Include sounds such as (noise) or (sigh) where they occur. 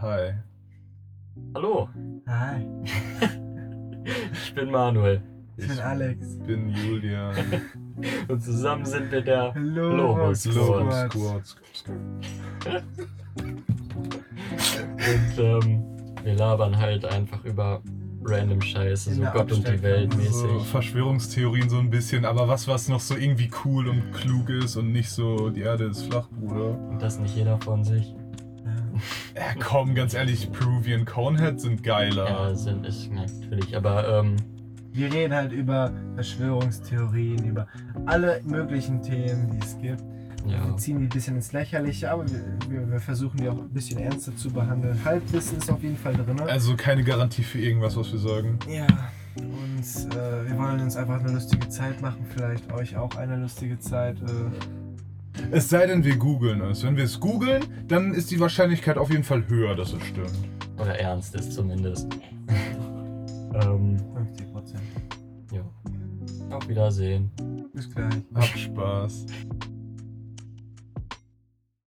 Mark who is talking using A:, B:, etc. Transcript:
A: Hi.
B: Hallo,
C: Hi,
B: ich bin Manuel
C: ich bin Alex.
A: bin
C: (laughs)
A: Julian.
B: und zusammen sind wir der. Hallo,
C: Hallo, Vox
A: Slow
C: Squad.
A: Squad. Squad.
B: Und ähm, wir labern halt einfach über random Scheiße,
C: In
B: so
C: der
B: Gott und die Welt
C: Abstellkammer.
A: So
B: mäßig.
A: Verschwörungstheorien so ein bisschen, aber was, was noch so irgendwie cool und klug ist und nicht so, die Erde ist flach, Bruder.
B: Und das nicht jeder von sich.
A: Äh, komm, ganz ehrlich, Peruvian Conehead sind geiler.
B: Ja, sind ist natürlich, aber ähm,
C: Wir reden halt über Verschwörungstheorien, über alle möglichen Themen, die es gibt.
B: ja.
C: Wir ziehen die ein bisschen ins Lächerliche, aber wir, wir, wir versuchen die auch ein bisschen ernster zu behandeln. Halbwissen ist auf jeden Fall drin. ne?
A: Also keine Garantie für irgendwas, was wir sagen.
C: Ja, und äh, wir wollen uns einfach eine lustige Zeit machen, vielleicht euch auch eine lustige Zeit. Äh,
A: Es sei denn, wir googeln es. Wenn wir es googeln, dann ist die Wahrscheinlichkeit auf jeden Fall höher, dass es stimmt.
B: Oder ernst ist
C: (laughs)
B: zumindest. ähm,
C: 50%.
B: ja. Auf Wiedersehen.
C: Bis gleich.
A: Habt Spaß.